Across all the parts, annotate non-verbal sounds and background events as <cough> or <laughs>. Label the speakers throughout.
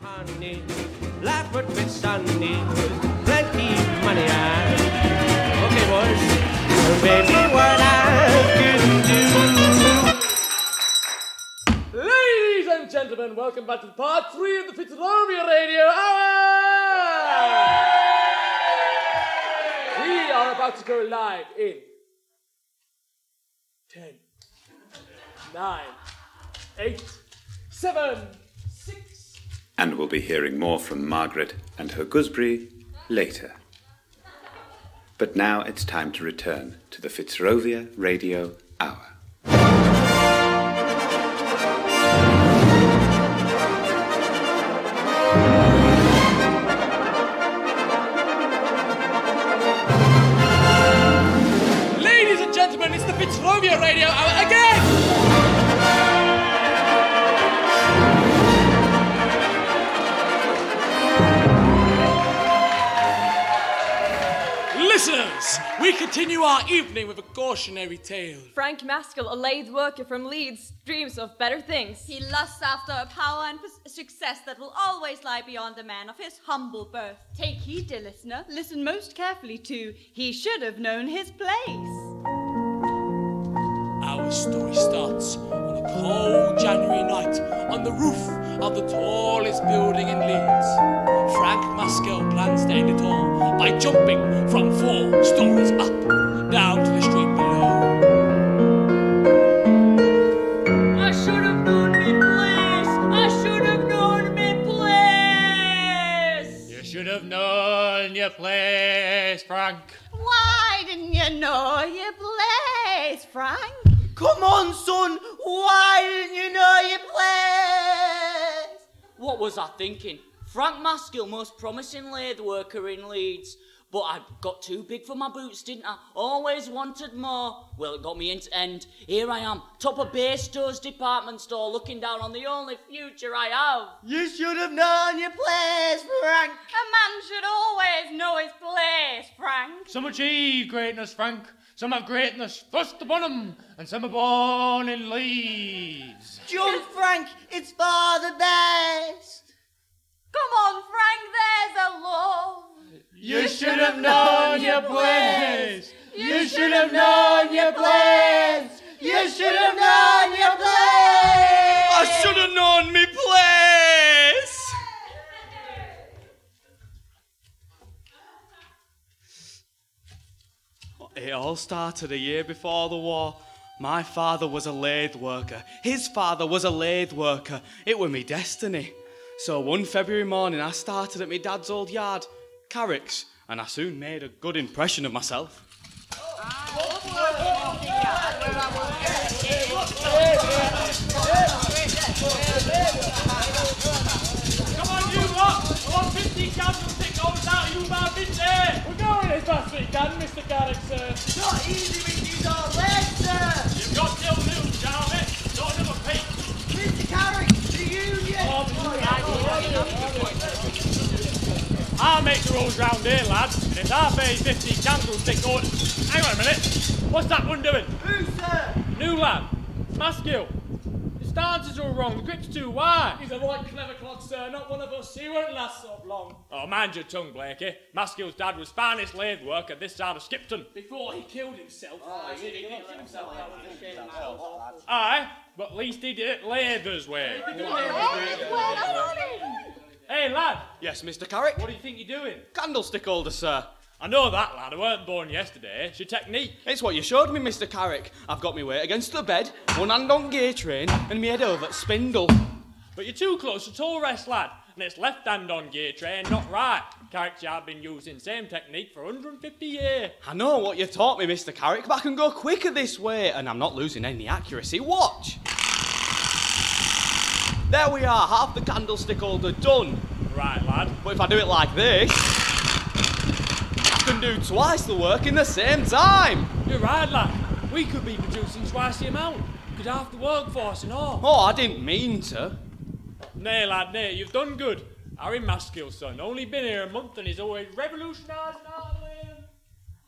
Speaker 1: honey. Life would be sunny with plenty of money. I- Okay, boys. Oh, Baby, what I could do.
Speaker 2: Ladies and gentlemen, welcome back to part three of the Pizzeria Radio Hour! We are about to go live in 10, 9, 8, 7, 6.
Speaker 3: And we'll be hearing more from Margaret and her gooseberry later. But now it's time to return to the Fitzrovia Radio Hour.
Speaker 2: Ladies and gentlemen, it's the Fitzrovia Radio Hour again! Listeners, we continue our evening with a cautionary tale.
Speaker 4: Frank Maskell, a lathe worker from Leeds, dreams of better things.
Speaker 5: He lusts after a power and pos- success that will always lie beyond the man of his humble birth. Take heed, dear listener. Listen most carefully to He Should Have Known His Place.
Speaker 2: Our story starts on a cold January night on the roof of the tallest building in Leeds. Frank Maskell plans to end it all by jumping from four stories up down to the street below.
Speaker 5: I should have known me place. I should have known me place.
Speaker 6: You should have known your place, Frank.
Speaker 5: Why didn't you know your place, Frank?
Speaker 7: Come on, son. Why didn't you know your place? What was I thinking? Frank Maskell, most promising lathe worker in Leeds. But I got too big for my boots, didn't I? Always wanted more. Well, it got me into end. Here I am, top of Baystows department store, looking down on the only future I have.
Speaker 8: You should have known your place, Frank.
Speaker 5: A man should always know his place, Frank.
Speaker 6: Some achieve greatness, Frank. Some have greatness thrust upon them, and some are born in leaves.
Speaker 8: Jump, Frank. It's for the best.
Speaker 5: Come on, Frank, there's a love.
Speaker 6: You
Speaker 8: should have known your place.
Speaker 6: You should have known your place.
Speaker 8: You should have known your place.
Speaker 2: I should have known me place!
Speaker 9: It all started a year before the war. My father was a lathe worker. His father was a lathe worker. It were me destiny. So one February morning, I started at my dad's old yard, Carrick's, and I soon made a good impression of myself.
Speaker 2: Come on, you lot! I want 50 cans of thick goes out you man in there! We're going as fast as we can, Mr. Garrick, sir.
Speaker 8: Not easy with these old legs, sir.
Speaker 2: You've got till noon, Jarvis. Not another peak.
Speaker 8: Mr. Carrick, the union.
Speaker 2: Um, I make the rules round here, lads. And if I pay 50 candlestick order. Hang on a minute. What's that one doing?
Speaker 8: Who, sir?
Speaker 2: New lad. Maskill. The stances are wrong. The grip's too wide. He's a right clever clod, sir. Not one of us. He won't last so long. Oh, mind your tongue, Blakey. Maskill's dad was finest lathe worker this side of Skipton. Before he killed himself. Aye, but at least he did it labour's way. Hey, lad.
Speaker 9: Yes, Mr. Carrick?
Speaker 2: What do you think you're doing?
Speaker 9: Candlestick holder, sir.
Speaker 2: I know that, lad. I weren't born yesterday. It's your technique.
Speaker 9: It's what you showed me, Mr. Carrick. I've got me weight against the bed, one hand on gear train, and me head over at spindle.
Speaker 2: But you're too close to tall rest, lad. And it's left hand on gear train, not right. Character I've been using same technique for 150 years.
Speaker 9: I know what you taught me, Mr. Carrick, but I can go quicker this way, and I'm not losing any accuracy. Watch! There we are, half the candlestick holder done.
Speaker 2: Right, lad.
Speaker 9: But if I do it like this, I can do twice the work in the same time.
Speaker 2: You're right, lad. We could be producing twice the amount. Could half the workforce and all.
Speaker 9: Oh, I didn't mean to.
Speaker 2: Nay, lad, nay, you've done good. Harry Maskill's son, only been here a month and he's always revolutionising our land.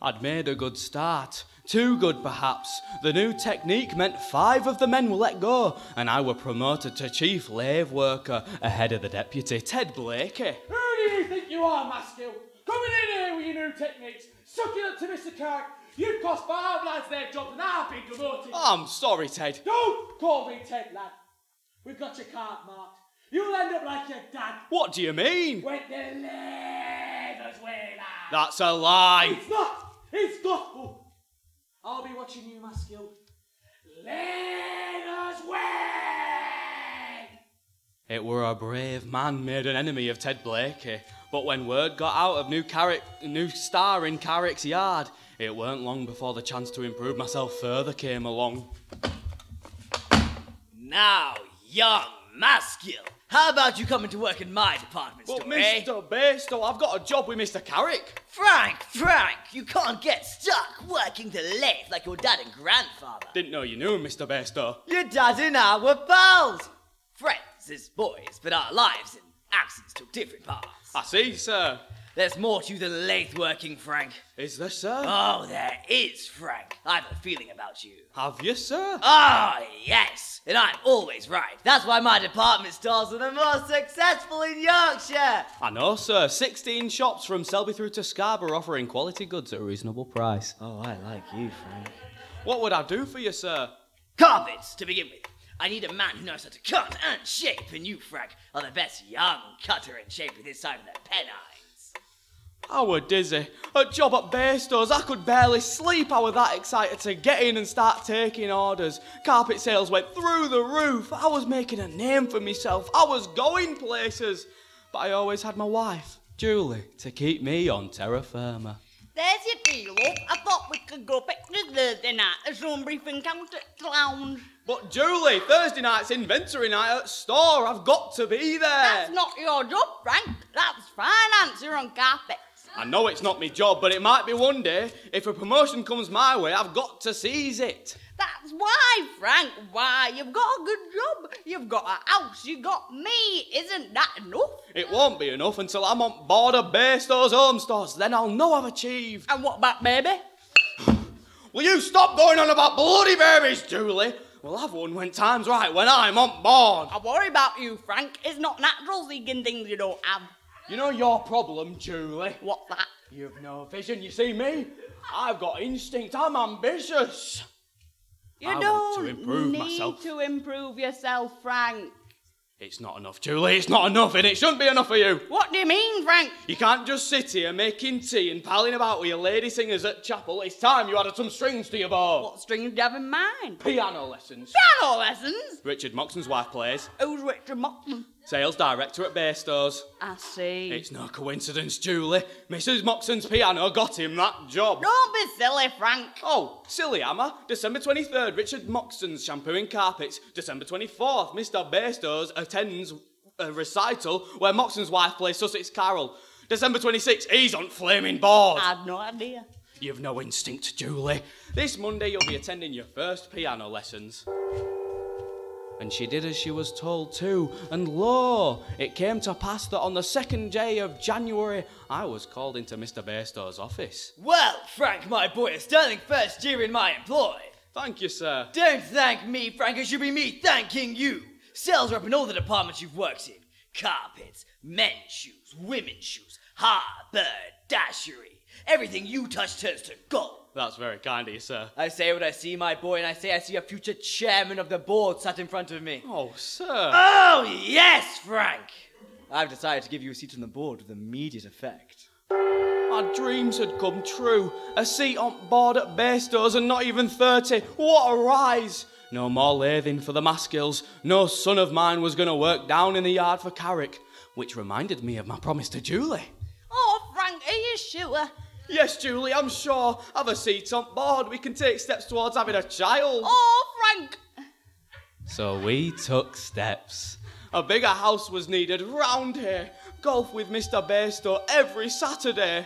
Speaker 9: I'd made a good start. Too good, perhaps. The new technique meant five of the men were let go, and I were promoted to chief lathe worker ahead of the deputy, Ted Blakey.
Speaker 2: Who do you think you are, Maskill? Coming in here with your new techniques, sucking up to Mr. Carrick. You've cost five lads their jobs and I've been demoted.
Speaker 9: I'm sorry, Ted.
Speaker 2: Don't call me Ted, lad. We've got your card marked. You'll end up like your dad.
Speaker 9: What do you mean?
Speaker 2: Went the leather's way, lad.
Speaker 9: That's a lie.
Speaker 2: It's not. It's gospel. I'll be watching you, Maskill. Leather's way.
Speaker 9: It were a brave man made an enemy of Ted Blakey, but when word got out of new Carrick, new star in Carrick's yard, it weren't long before the chance to improve myself further came along.
Speaker 10: Now, young Maskill, how about you coming to work in my department
Speaker 9: But
Speaker 10: store, eh?
Speaker 9: Mr. Bastow, I've got a job with Mr. Carrick.
Speaker 10: Frank, Frank, you can't get stuck working the lathe like your dad and grandfather.
Speaker 9: Didn't know you knew him, Mr. Bastow.
Speaker 10: Your dad and I were pals. Friends as boys, but our lives and actions took different paths.
Speaker 9: I see, sir.
Speaker 10: There's more to you than lathe working, Frank.
Speaker 9: Is there, sir?
Speaker 10: Oh, there is, Frank. I have a feeling about you.
Speaker 9: Have you, sir?
Speaker 10: Ah, yes. And I'm always right. That's why my department stores are the most successful in Yorkshire.
Speaker 9: I know, sir. 16 shops from Selby through to Scarborough offering quality goods at a reasonable price.
Speaker 10: Oh, I like you, Frank.
Speaker 9: What would I do for you, sir?
Speaker 10: Carpets, to begin with. I need a man who knows how to cut and shape, and you, Frank, are the best young cutter and shaper this side of the Pennines.
Speaker 9: I were dizzy. A job at Baystow's, I could barely sleep. I were that excited to get in and start taking orders. Carpet sales went through the roof. I was making a name for myself. I was going places. But I always had my wife, Julie, to keep me on terra firma.
Speaker 11: There's your deal up. I thought we could go back to Thursday night. There's no brief encounter at the lounge.
Speaker 9: But Julie, Thursday night's inventory night at store. I've got to be there.
Speaker 11: That's not your job, Frank. That's finance. You're on carpets.
Speaker 9: I know it's not my job, but it might be one day. If a promotion comes my way, I've got to seize it.
Speaker 11: That's why, Frank, why. You've got a good job. You've got a house. You've got me. Isn't that enough?
Speaker 9: It won't be enough until I'm on board of Baystow's home stores. Then I'll know I've achieved.
Speaker 11: And what about baby?
Speaker 9: Will you stop going on about bloody babies, Julie? Well, I've one when time's right, when I'm on board.
Speaker 11: I worry about you, Frank. It's not natural seeking things you don't have.
Speaker 9: You know your problem, Julie.
Speaker 11: What's that?
Speaker 9: You've no vision. You see me? I've got instinct. I'm ambitious.
Speaker 11: You
Speaker 9: I want
Speaker 11: don't
Speaker 9: to improve
Speaker 11: need
Speaker 9: myself.
Speaker 11: to improve yourself, Frank.
Speaker 9: It's not enough, Julie. It's not enough, and it shouldn't be enough for you.
Speaker 11: What do you mean, Frank?
Speaker 9: You can't just sit here making tea and palling about with your lady singers at chapel. It's time you added some strings to your bow.
Speaker 11: What strings do you have in mind?
Speaker 9: Piano lessons.
Speaker 11: Piano lessons?
Speaker 9: Richard Moxon's wife plays.
Speaker 11: Who's Richard Moxon?
Speaker 9: Sales director at Baystow's.
Speaker 11: I
Speaker 10: Mm.
Speaker 11: see.
Speaker 9: It's no coincidence, Julie. Mrs. Moxon's piano got him that job.
Speaker 11: Don't be silly, Frank.
Speaker 9: Oh, silly am I? December 23rd, Richard Moxon's shampooing carpets. December 24th, Mr. Baystow's attends a recital where Moxon's wife plays Sussex Carol. December 26th, he's on flaming board.
Speaker 11: I've no idea.
Speaker 9: You've no instinct, Julie. This Monday you'll be attending your first piano lessons. And she did as she was told too, and lo, it came to pass that on the second day of January, I was called into Mr. Bairstow's office.
Speaker 10: Well, Frank, my boy, a sterling first year in my employ.
Speaker 9: Thank you, sir.
Speaker 10: Don't thank me, Frank. It should be me thanking you. Sales rep in all the departments you've worked in carpets, men's shoes, women's shoes, haberdashery. Everything you touch turns to gold.
Speaker 9: That's very kind of you, sir.
Speaker 10: I say what I see, my boy, and I say I see a future chairman of the board sat in front of me.
Speaker 9: Oh, sir.
Speaker 10: Oh, yes, Frank! I've decided to give you a seat on the board with immediate effect.
Speaker 9: My dreams had come true. A seat on board at Baystow's and not even 30. What a rise! No more lathing for the Maskills. No son of mine was going to work down in the yard for Carrick. Which reminded me of my promise to Julie.
Speaker 11: Oh, Frank, are you sure?
Speaker 9: Yes, Julie, I'm sure. Have a seat on board. We can take steps towards having a child.
Speaker 11: Oh, Frank.
Speaker 9: So we took steps. A bigger house was needed round here. Golf with Mr. Bairstow every Saturday.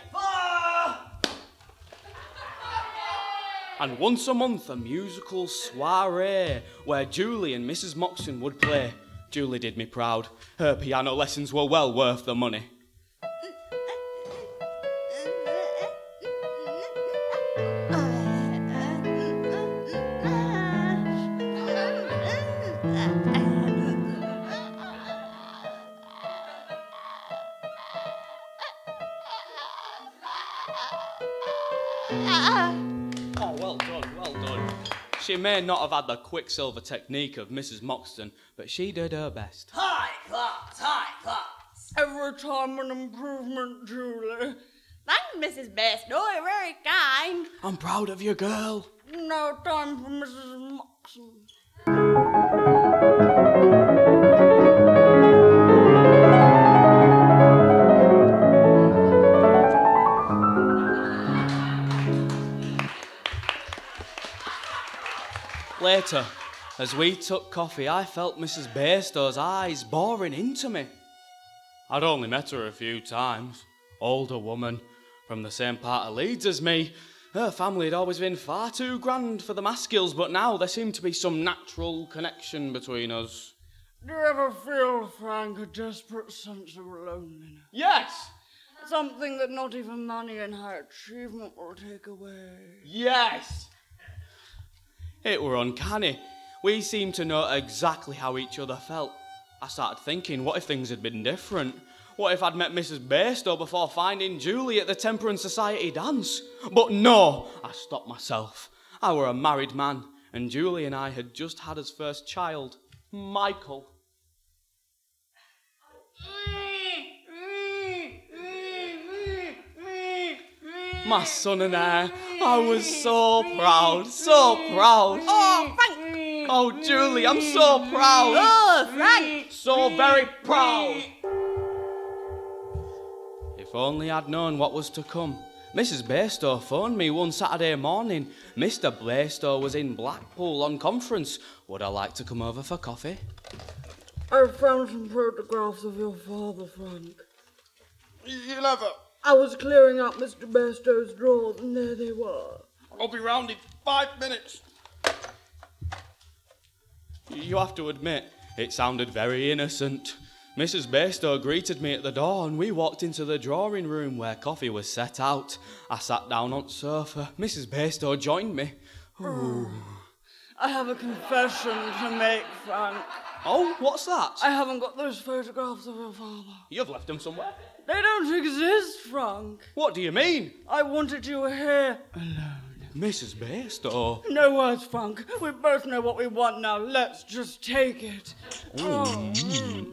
Speaker 9: and once a month, a musical soiree where Julie and Mrs. Moxon would play. Julie did me proud. Her piano lessons were well worth the money. Oh, well done, well done. She may not have had the quicksilver technique of Mrs. Moxton, but she did her best.
Speaker 8: High class, high class. Every time an improvement, Julie.
Speaker 5: Thanks, Mrs. Bestoy, very kind.
Speaker 9: I'm proud of you, girl.
Speaker 8: No time for Mrs. Moxon.
Speaker 9: Later, as we took coffee, I felt Mrs. Bairstow's eyes boring into me. I'd only met her a few times. Older woman, from the same part of Leeds as me. Her family had always been far too grand for the Maskills, but now there seemed to be some natural connection between us.
Speaker 8: Do you ever feel, Frank, a desperate sense of loneliness?
Speaker 9: Yes!
Speaker 8: Something that not even money and high achievement will take away.
Speaker 9: Yes! It were uncanny. We seemed to know exactly how each other felt. I started thinking, what if things had been different? What if I'd met Mrs. Bairstow before finding Julie at the Temperance Society dance? But no, I stopped myself. I were a married man, and Julie and I had just had his first child, Michael. My son and I, I was so proud, so proud.
Speaker 8: Oh, Frank!
Speaker 9: Oh, Julie, I'm so proud.
Speaker 8: Oh, Frank!
Speaker 9: So very proud. If only I'd known what was to come. Mrs. Bairstow phoned me one Saturday morning. Mr. Bairstow was in Blackpool on conference. Would I like to come over for coffee?
Speaker 8: I found some photographs of your father, Frank.
Speaker 12: You love her.
Speaker 8: I was clearing out Mr. Bestow's drawers, and there they were.
Speaker 12: I'll be round in five minutes.
Speaker 9: You have to admit, it sounded very innocent. Mrs. Bairstow greeted me at the door and we walked into the drawing room where coffee was set out. I sat down on sofa. Mrs. Bairstow joined me. Ooh.
Speaker 8: I have a confession to make, Frank.
Speaker 9: Oh, what's that?
Speaker 8: I haven't got those photographs of your father.
Speaker 9: You've left them somewhere.
Speaker 8: They don't exist, Frank.
Speaker 9: What do you mean?
Speaker 8: I wanted you here.
Speaker 9: Mrs. Bairstow.
Speaker 8: No words, Frank. We both know what we want now. Let's just take it. Oh,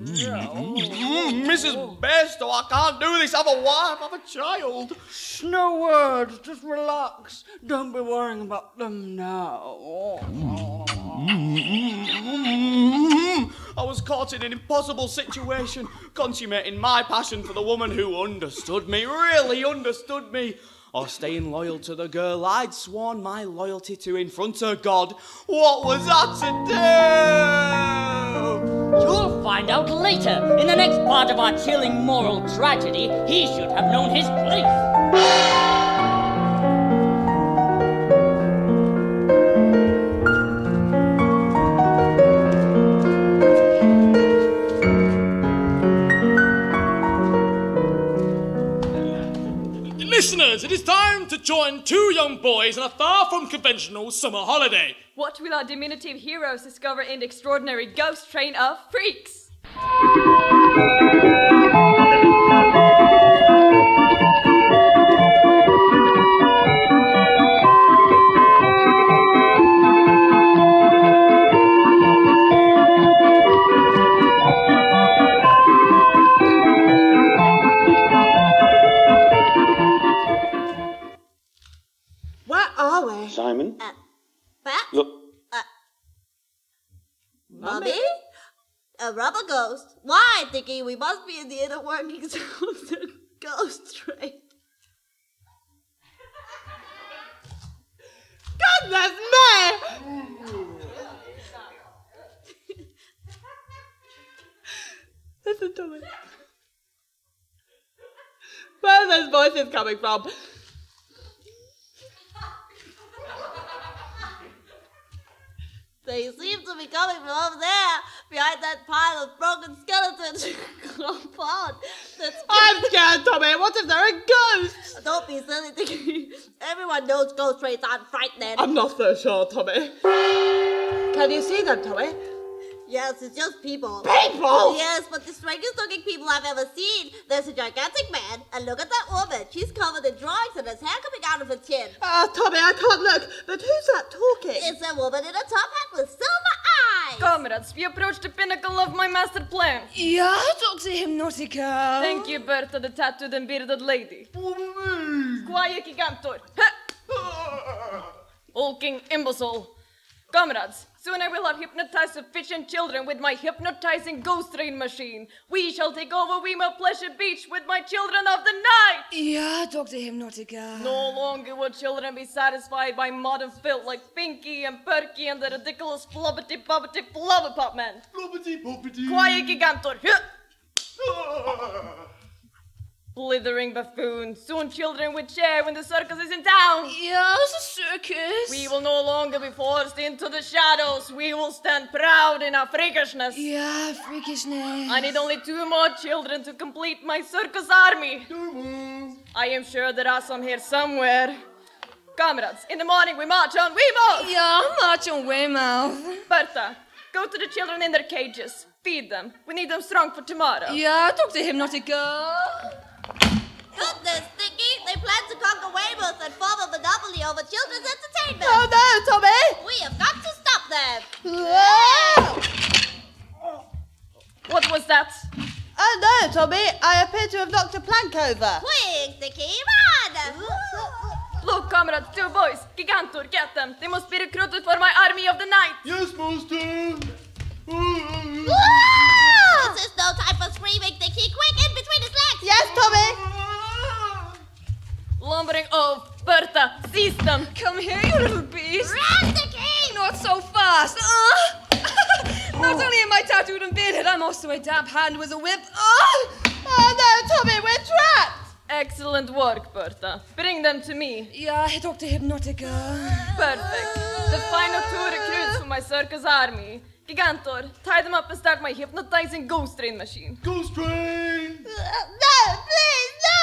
Speaker 9: Mm, Mrs. Bairstow, I can't do this. I'm a wife, I'm a child.
Speaker 8: Shh, no words. Just relax. Don't be worrying about them now. Oh.
Speaker 9: Mm-hmm. I was caught in an impossible situation, consummating my passion for the woman who understood me, really understood me, or staying loyal to the girl I'd sworn my loyalty to in front of God. What was I to do?
Speaker 7: You'll find out later. In the next part of our chilling moral tragedy, he should have known his place.
Speaker 2: Listeners, it is time to join two young boys on a far from conventional summer holiday.
Speaker 4: What will our diminutive heroes discover in the extraordinary ghost train of freaks?
Speaker 13: Where are we?
Speaker 3: Simon?
Speaker 13: Uh, Bat?
Speaker 3: Look.
Speaker 13: uh, Mummy? A rubber ghost? Why, Dickie? We must be in the inner <laughs> workings of the ghost train. Goodness me!
Speaker 11: That's a dummy. Where are those voices coming from?
Speaker 13: They seem to be coming from over there, behind that pile of broken skeletons <laughs> compound. That's
Speaker 11: I'm scared, Tommy. What if they're a ghost?
Speaker 13: Don't be silly, Dickie. <laughs> Everyone knows ghost trains aren't frightening.
Speaker 11: I'm not so sure, Tommy. Can you see them, Tommy?
Speaker 13: Yes, it's just people.
Speaker 11: People?
Speaker 13: Yes, but the strangest looking people I've ever seen. There's a gigantic man, and look at that woman. She's covered in drawings and has hair coming out of her chin.
Speaker 11: Ah, Tommy, I can't look. But who's that talking?
Speaker 13: It's a woman in a top hat with silver eyes.
Speaker 4: Comrades, we approach the pinnacle of my master plan.
Speaker 14: Yeah, Dr. Hypnotica.
Speaker 4: Thank you, Bertha, the tattooed and bearded lady. Squire Gigantor. Hulking imbecile. Comrades, soon I will have hypnotized sufficient children with my hypnotizing ghost train machine. We shall take over Wemo Pleasure Beach with my children of the night!
Speaker 14: Yeah, Dr. Hypnotica.
Speaker 4: No longer will children be satisfied by modern filth like Pinky and Perky and the ridiculous Flobbity Bobbity Flobberpop Man. Flobbity Bobbity. Quiet Gigantor. Blithering buffoon. Soon children will cheer when the circus is in town.
Speaker 14: Yes, a circus.
Speaker 4: We will no longer be forced into the shadows. We will stand proud in our freakishness.
Speaker 14: Yeah, freakishness.
Speaker 4: I need only two more children to complete my circus army. I am sure there are some here somewhere. Comrades, in the morning we march on Weymouth!
Speaker 14: Yeah, march on Weymouth.
Speaker 4: Bertha, go to the children in their cages. Feed them. We need them strong for tomorrow.
Speaker 14: Yeah, Dr. Hypnotica.
Speaker 13: Goodness, Sticky, they plan to conquer Weymouth and form a monopoly over children's entertainment.
Speaker 11: Oh no, Tommy! Oh,
Speaker 13: We have got to stop them.
Speaker 4: What was that?
Speaker 11: Oh no, Tommy! I appear to have knocked a plank over.
Speaker 13: Quick, Sticky, run!
Speaker 4: Look, comrades, two boys. Gigantor, get them. They must be recruited for my army of the night. Yes, master.
Speaker 13: This is no time for screaming, Sticky. Quick, in between his legs.
Speaker 11: Yes, Tommy.
Speaker 4: Lumbering off, Bertha, seize them.
Speaker 14: Come here, you little beast.
Speaker 13: Run, Sticky!
Speaker 14: Not so fast. Uh. <laughs> Not only am I tattooed and bearded, I'm also a dab hand with a whip. Uh.
Speaker 11: Oh no, Tommy, we're trapped.
Speaker 4: Excellent work, Bertha. Bring them to me.
Speaker 14: Yeah, Dr. Hypnotica.
Speaker 4: Perfect. The final two recruits for my circus army. Gigantor, tie them up and start my hypnotizing ghost train machine.
Speaker 15: Ghost train!
Speaker 13: No, please, no!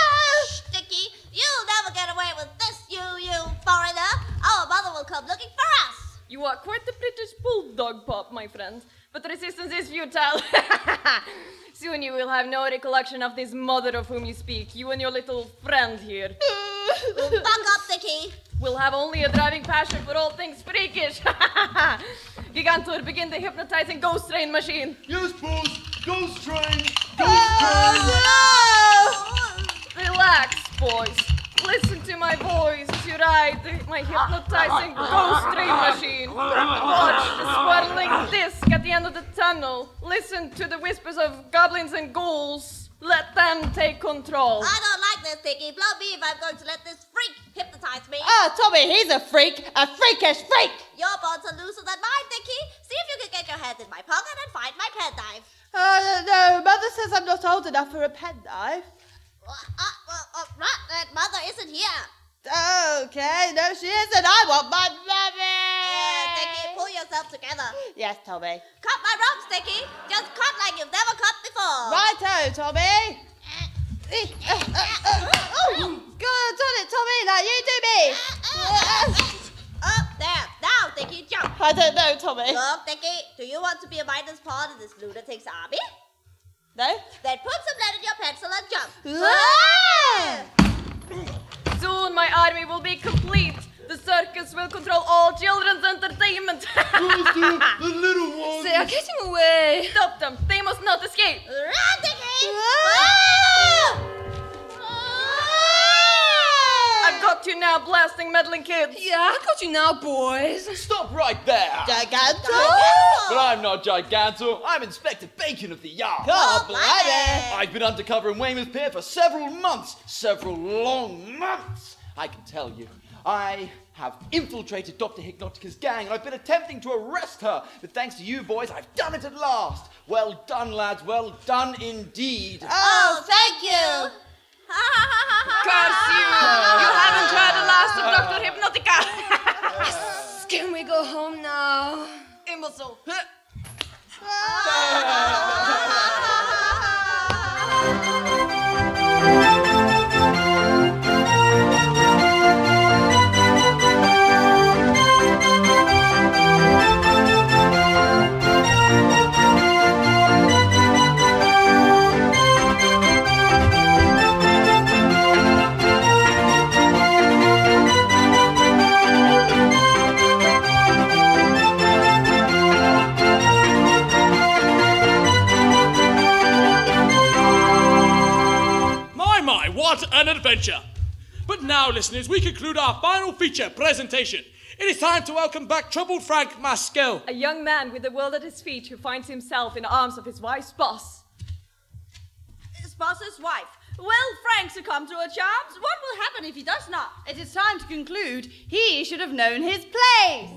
Speaker 13: Sticky, you'll never get away with this, you, you foreigner. Our mother will come looking for us.
Speaker 4: You are quite the British bulldog pop, my friend. But resistance is futile. <laughs> Soon you will have no recollection of this mother of whom you speak, you and your little friend here.
Speaker 13: Buck up, Sticky.
Speaker 4: will have only a driving passion for all things freakish. <laughs> Gigantor, begin the hypnotizing ghost train machine.
Speaker 15: Yes, boss. Ghost train.
Speaker 11: Oh,
Speaker 4: Relax, boys. Listen to my voice to ride the- my hypnotizing ghost train machine. Watch the swirling disc at the end of the tunnel. Listen to the whispers of goblins and ghouls. Let them take control.
Speaker 13: I don't like this, Sticky. Blow me if I'm going to let this freak hypnotize me.
Speaker 11: Ah, Tommy, he's a freak, a freakish freak.
Speaker 13: Your bonds are looser than mine, Sticky. See if you can get your hands in my pocket and find my penknife.
Speaker 11: Oh no, Mother says I'm not old enough for a penknife.
Speaker 13: Uh, uh, well, uh, right, that mother isn't here.
Speaker 11: Okay, no, she isn't. I want my mummy.
Speaker 13: Sticky, Eh, pull yourself together.
Speaker 11: Yes, Tommy.
Speaker 13: Cut my rope, Sticky. Just cut like you've never cut before.
Speaker 11: Righto, Tommy. Eh, uh, uh, uh, oh, good, done it, Tommy. Now you do me.
Speaker 13: Uh, Up uh, there. Now, Sticky, jump.
Speaker 11: I don't know, Tommy.
Speaker 13: Look, Sticky, do you want to be a minus pawn in this lunatic's army?
Speaker 11: No?
Speaker 13: Then put some lead in your pencil and jump.
Speaker 11: Ah!
Speaker 4: Soon my army will be complete. The circus will control all children's entertainment. <laughs>
Speaker 15: The little one.
Speaker 14: They are getting away.
Speaker 4: Stop them. They must not escape.
Speaker 13: Run, Sticky!
Speaker 4: I've got you now, blasting meddling kids.
Speaker 14: Yeah, I got you now, boys.
Speaker 16: Stop right there! But
Speaker 11: Giganto.
Speaker 16: I'm not Gigantor, I'm Inspector Bacon of the Yard!
Speaker 11: God blimey.
Speaker 16: I've been undercover in Weymouth Pier for several months, several long months. I can tell you, I have infiltrated Dr. Hypnotica's gang and I've been attempting to arrest her, but thanks to you boys, I've done it at last. Well done, lads, well done indeed.
Speaker 17: Uh,
Speaker 11: Oh, thank you.
Speaker 4: Curse you! You haven't heard the last of Dr. Hypnotica!
Speaker 14: Can we go home now?
Speaker 4: Imbecile!
Speaker 2: my, what an adventure! But now, listeners, we conclude our final feature presentation. It is time to welcome back troubled Frank Maskell.
Speaker 4: <laughs> A young man with the world at his feet who finds himself in the arms of his wife's boss.
Speaker 5: His boss's wife. Will Frank succumb to her charms? What will happen if he does not? It is time to conclude. He should have known his place.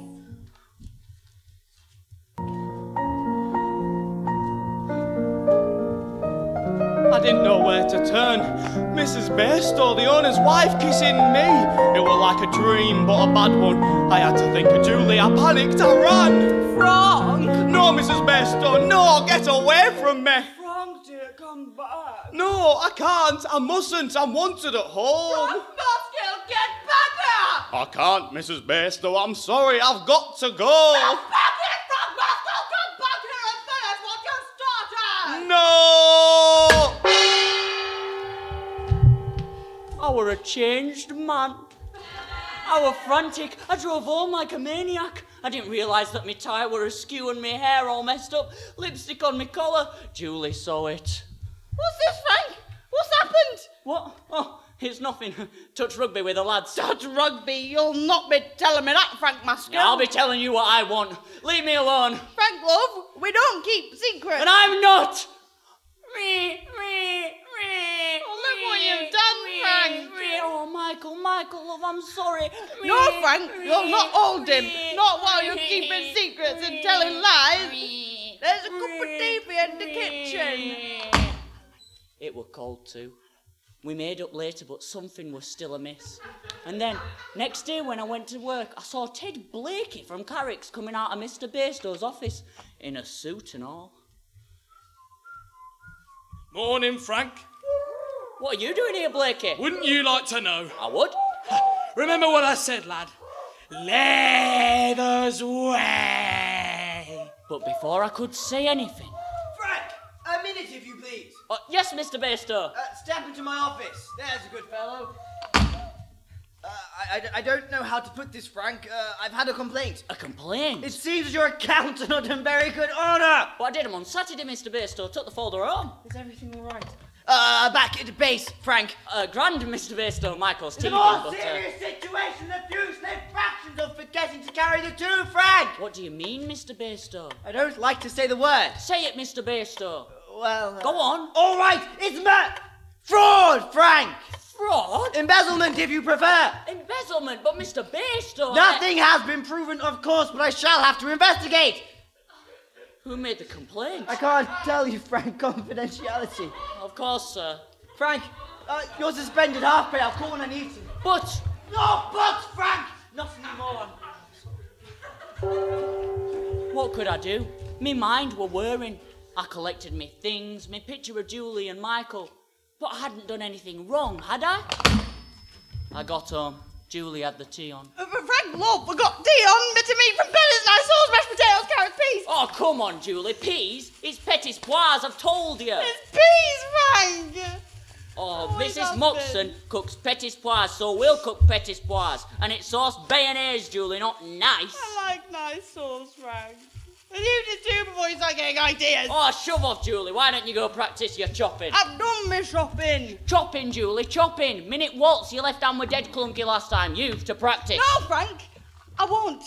Speaker 9: I didn't know where to turn. Mrs. Bairstow, the owner's wife, kissing me. It was like a dream, but a bad one. I had to think of Julie. I panicked, I ran. Frank! No, Mrs. Bairstow, no, get away from me.
Speaker 8: Frank, dear, come back.
Speaker 9: No, I can't, I mustn't, I'm wanted at home.
Speaker 11: Maskell, get back there!
Speaker 9: I can't, Mrs. Bairstow, I'm sorry, I've got to go.
Speaker 11: Back here, Frank Maskell! Come back here and finish what you started!
Speaker 9: No!
Speaker 7: I were a changed man. I were frantic. I drove home like a maniac. I didn't realise that my tie were askew and my hair all messed up. Lipstick on my collar. Julie saw it.
Speaker 11: What's this, Frank? What's happened?
Speaker 7: What? Oh, it's nothing. <laughs> Touch rugby with the lads.
Speaker 11: Dad Rugby, you'll not be telling me that, Frank Maskell.
Speaker 7: I'll be telling you what I want. Leave me alone.
Speaker 11: Frank, love, we don't keep secrets.
Speaker 7: And I'm not.
Speaker 11: Me, me, me. Oh, look what you've done, Frank.
Speaker 7: Oh, Michael, Michael, love, I'm sorry.
Speaker 11: No, Frank, you'll not hold him. Not while you're keeping secrets and telling lies. There's a cup of tea for you in the kitchen.
Speaker 7: It were cold too. We made up later, but something was still amiss. And then, next day when I went to work, I saw Ted Blakey from Carrick's coming out of Mr. Bairstow's office in a suit and all.
Speaker 2: Morning, Frank.
Speaker 7: What are you doing here, Blakey?
Speaker 2: Wouldn't you like to know?
Speaker 7: I would.
Speaker 2: <laughs> Remember what I said, lad? Leather's way.
Speaker 7: But before I could say anything,
Speaker 17: Frank, a minute if you please.
Speaker 7: Uh, yes, Mr. Bairstow.
Speaker 17: Uh, step into my office. There's a good fellow. Uh, I, I, I don't know how to put this, Frank. Uh, I've had a complaint.
Speaker 7: A complaint?
Speaker 17: It seems your accounts are not in very good honor.
Speaker 7: Well, I did them on Saturday, Mr. Bairstow. Took the folder home.
Speaker 17: Is everything all right? Uh, back at the base, Frank.
Speaker 7: Uh, grand, Mr. Bairstow. Michael's
Speaker 17: It's a
Speaker 7: teething,
Speaker 17: more
Speaker 7: but, uh,
Speaker 17: serious situation than few slim fractions of forgetting to carry the two, Frank.
Speaker 7: What do you mean, Mr. Bairstow?
Speaker 17: I don't like to say the word.
Speaker 7: Say it, Mr. Bairstow.
Speaker 17: Well, uh,
Speaker 7: Go on.
Speaker 17: all right, it's mur- fraud, Frank.
Speaker 7: Fraud?
Speaker 17: Embezzlement, if you prefer.
Speaker 7: Embezzlement, but Mr. Bairstow... I-
Speaker 17: Nothing has been proven, of course, but I shall have to investigate.
Speaker 7: Who made the complaint?
Speaker 17: I can't tell you, Frank, confidentiality.
Speaker 7: Of course, sir.
Speaker 17: Frank, uh, you're suspended half pay. I'll call when I need you.
Speaker 7: But...
Speaker 17: No buts, Frank! Nothing more.
Speaker 7: What could I do? Me mind were whirring. I collected me things, me picture of Julie and Michael. But I hadn't done anything wrong, had I? I got home. Julie had the tea on.
Speaker 11: Uh, Frank, love, we got tea on, bitter meat from Bennett's, nice sauce, mashed potatoes, carrots, peas.
Speaker 7: Oh, come on, Julie. Peas? It's petits pois, I've told you.
Speaker 11: It's peas, Frank.
Speaker 7: Oh,
Speaker 11: my
Speaker 7: Mrs.
Speaker 11: husband.
Speaker 7: Motson cooks petits pois, so we'll cook petits pois. And it's sauce béarnaise, Julie, not nice.
Speaker 11: I like nice sauce, Frank. And you did too before you start getting ideas.
Speaker 7: Oh, shove off, Julie. Why don't you go practice your chopping?
Speaker 11: I've done my shopping.
Speaker 7: Chopping, Julie, chopping. Minute waltz, your left hand were dead clunky last time. You've to practice.
Speaker 11: No, Frank, I won't.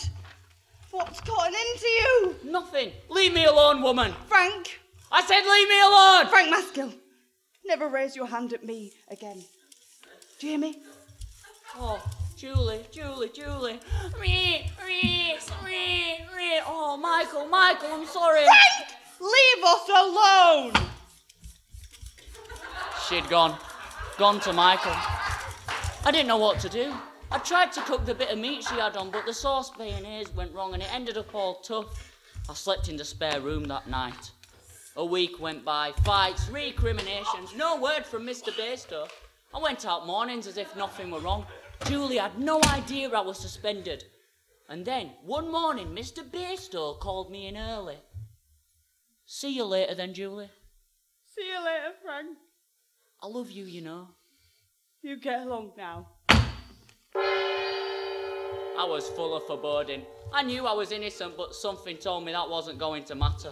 Speaker 11: What's gotten into you?
Speaker 7: Nothing. Leave me alone, woman.
Speaker 11: Frank,
Speaker 7: I said leave me alone.
Speaker 11: Frank Maskill, never raise your hand at me again. Do you hear me?
Speaker 7: Oh, Julie, Julie, Julie. Me, me, me, me. Oh, Michael, Michael, I'm sorry.
Speaker 11: Frank, leave us alone.
Speaker 7: She'd gone. Gone to Michael. I didn't know what to do. I tried to cook the bit of meat she had on, but the sauce bayonets went wrong and it ended up all tough. I slept in the spare room that night. A week went by, fights, recriminations, no word from Mr. Bairstow. I went out mornings as if nothing were wrong. Julie had no idea I was suspended. And then, one morning, Mr. Bairstow called me in early. See you later then, Julie.
Speaker 11: See you later, Frank.
Speaker 7: I love you, you know.
Speaker 11: You get along now.
Speaker 7: I was full of foreboding. I knew I was innocent, but something told me that wasn't going to matter.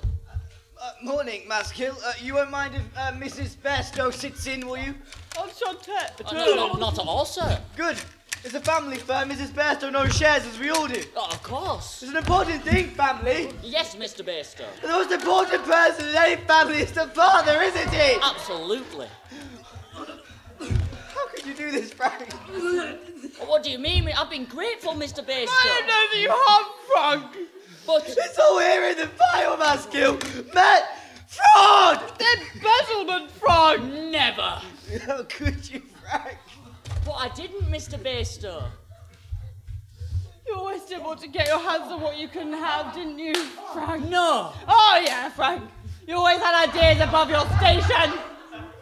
Speaker 17: Uh, morning, Maskill. Uh, you won't mind if uh, Mrs. Bairstow sits in, will you? I'm
Speaker 7: Uh, no, no, not at all, sir.
Speaker 17: Good. It's a family firm. Mrs. Bairstow knows shares as we all do.
Speaker 7: Oh, of course.
Speaker 17: It's an important thing, family.
Speaker 7: Yes, Mr. Bairstow.
Speaker 17: The most important person in any family is the father, isn't he?
Speaker 7: Absolutely.
Speaker 17: How could you do this, Frank?
Speaker 7: What do you mean? I've been grateful, Mr. Bairstow.
Speaker 17: I
Speaker 11: didn't know
Speaker 17: that you have, Frank.
Speaker 7: But
Speaker 17: it's all here in the file, Maskill. Matt, fraud.
Speaker 11: Embezzlement fraud.
Speaker 7: Never.
Speaker 17: <laughs> How could you, Frank?
Speaker 7: But I didn't, Mr. Bairstow.
Speaker 11: You always did want to get your hands on what you couldn't have, didn't you, Frank?
Speaker 7: No.
Speaker 11: Oh, yeah, Frank. You always had ideas above your station.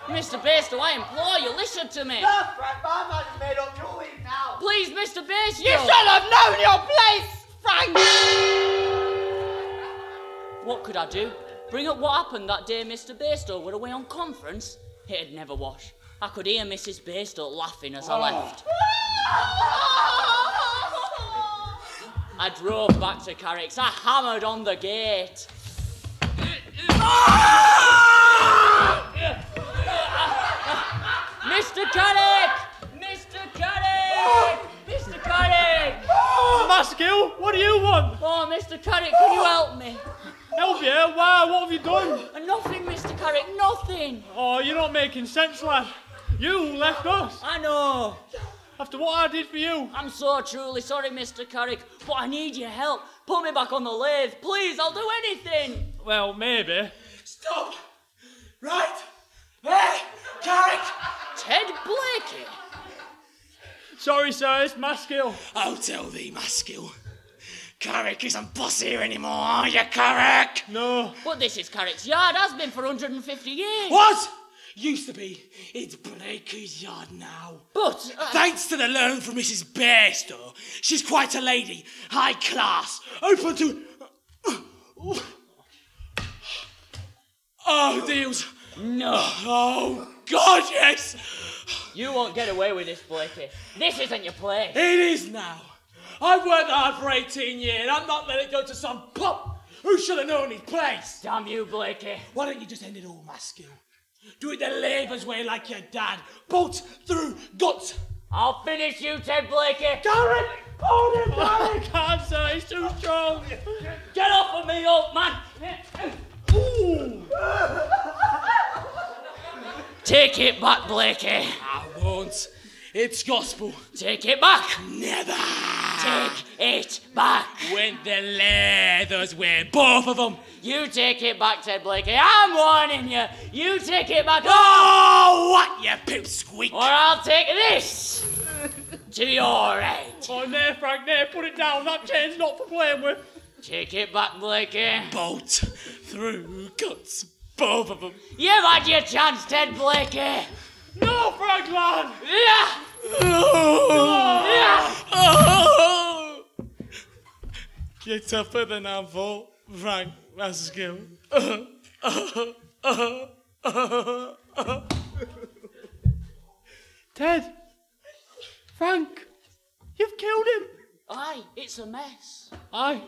Speaker 7: Mr. Bairstow, I implore you, listen to me.
Speaker 17: No, Ah, Frank, my mind's made up. You're leaving now.
Speaker 7: Please, Mr. Bairstow.
Speaker 11: You should have known your place, Frank.
Speaker 7: What could I do? Bring up what happened that day Mr. Bairstow were away on conference? It'd never wash. I could hear Mrs. Bairstow laughing as I
Speaker 18: Oh.
Speaker 7: left. I drove back to Carrick's. I hammered on the gate. Mr. Carrick! Mr. Carrick! Mr. Carrick!
Speaker 18: Maskill, what do you want?
Speaker 7: Oh, Mr. Carrick, can you help me?
Speaker 18: Help you? Why? What have you done?
Speaker 7: Nothing, Mr. Carrick, nothing.
Speaker 18: Oh, you're not making sense, lad. You left us.
Speaker 7: I know.
Speaker 18: After what I did for you.
Speaker 7: I'm so truly sorry, Mr. Carrick, but I need your help. Put me back on the lathe, please. I'll do anything.
Speaker 18: Well, maybe.
Speaker 7: Stop. Right. There. Carrick. Ted Blakey.
Speaker 18: Sorry, sir, it's Maskill.
Speaker 2: I'll tell thee, Maskill. Carrick isn't boss here anymore, are you, Carrick?
Speaker 18: No.
Speaker 7: But this is Carrick's yard. Has been for 150 years.
Speaker 2: What? Used to be. It's Blakey's yard now.
Speaker 7: But uh,
Speaker 2: Thanks to the loan from Mrs. Bairstow, she's quite a lady, high class, open to. Oh, deals.
Speaker 7: No.
Speaker 2: Oh, God, yes.
Speaker 7: You won't get away with this, Blakey. This isn't your place.
Speaker 2: It is now. I've worked hard for 18 years, and I'm not letting it go to some pup who should have known his place.
Speaker 7: Damn you, Blakey.
Speaker 2: Why don't you just end it all, Maskill? Do it the labour's way like your dad. Bolt through guts.
Speaker 7: I'll finish you, Ted Blakey.
Speaker 2: Garrett! <laughs> Hold him,
Speaker 18: I can't, sir. He's too strong.
Speaker 7: Get off of me, old man.
Speaker 2: Ooh.
Speaker 7: Take it back, Blakey.
Speaker 2: I won't. It's gospel.
Speaker 7: Take it back.
Speaker 2: Never.
Speaker 7: Take it back.
Speaker 2: When the leathers wear both of them.
Speaker 7: You take it back, Ted Blakey. I'm warning you. You take it back.
Speaker 2: Oh, what, you pipsqueak.
Speaker 7: Or I'll take
Speaker 18: <laughs>
Speaker 7: this to your head.
Speaker 18: Oh, there, Frank, there. Put it down. That chain's not for playing with.
Speaker 7: Take it back, Blakey.
Speaker 2: Bolt through guts. Both of them.
Speaker 7: You've had your chance, Ted Blakey. Oh,
Speaker 18: No, Frank, lad.
Speaker 7: Yeah. Yeah.
Speaker 2: Oh! You're tougher than I thought, Frank Maskill.
Speaker 18: Ted. Frank. You've killed him.
Speaker 7: Aye, it's a mess.
Speaker 18: Aye.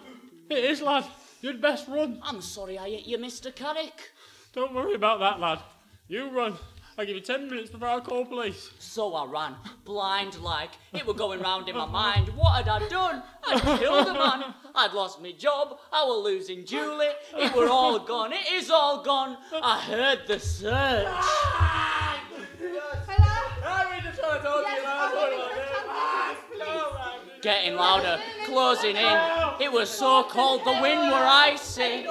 Speaker 18: It is, lad. You'd best run.
Speaker 7: I'm sorry I hit you, Mr. Carrick.
Speaker 18: Don't worry about that, lad. You run. I'll give you ten minutes before I call police.
Speaker 7: So I ran, blind like. It were going round in my mind. What had I done? I'd killed a man. I'd lost my job. I were losing Julie. It were all gone. It is all gone. I heard the search. Getting louder, closing in. It was so cold, the wind were icy.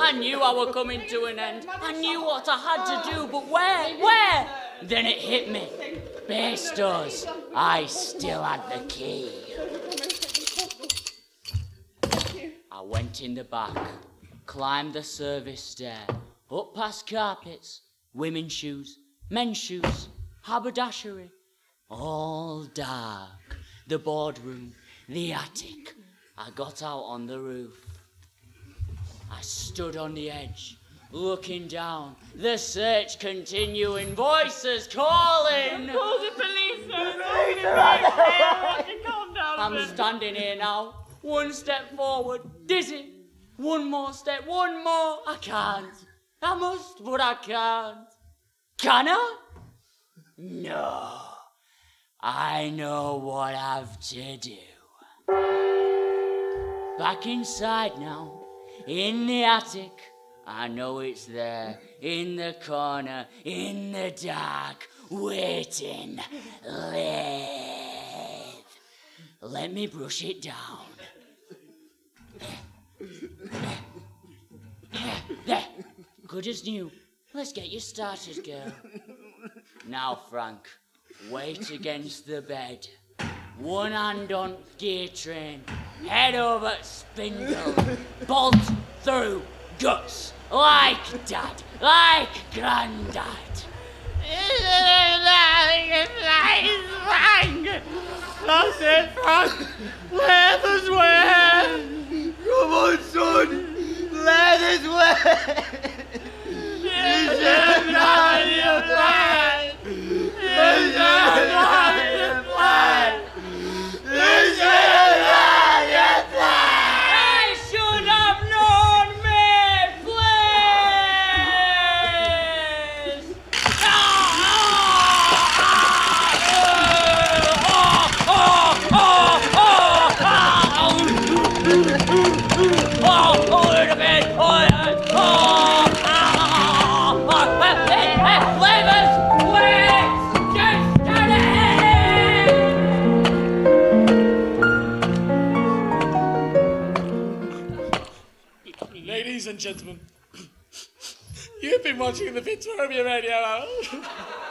Speaker 7: I knew I were coming to an end. I knew what I had to do, but where? Where? Then it hit me. Bastos, I still had the key. I went in the back, climbed the service stair, up past carpets, women's shoes, men's shoes, haberdashery, all dark, the boardroom, the attic. I got out on the roof. I stood on the edge, looking down, the search continuing, voices calling.
Speaker 11: Call the police, sir. Calm down a
Speaker 7: I'm
Speaker 11: bit.
Speaker 7: standing here now, one step forward, dizzy, One more step, one more. I can't. I must, but I can't. Can I? No. I know what I've to do. Back inside now, in the attic. I know it's there, in the corner, in the dark, waiting. Live. Let me brush it down. There, good as new. Let's get you started, girl. Now, Frank, weight against the bed. One hand on gear train. Head over spindle. Bolt through guts. Like dad. Like granddad.
Speaker 2: That's it, Frank. Let us win. Come on, son. Let us win. It's a night of life. It's a night of life. It's a night of life. I should have known me, please.
Speaker 1: Oh, oh, in a bit. Oh, yeah. oh, ah, ah, ah, ah, hey, hey, flavors, flavors, just started.
Speaker 2: <coughs> <laughs>
Speaker 19: Ladies and gentlemen, you've been watching the Fitzrovia Radio Hour.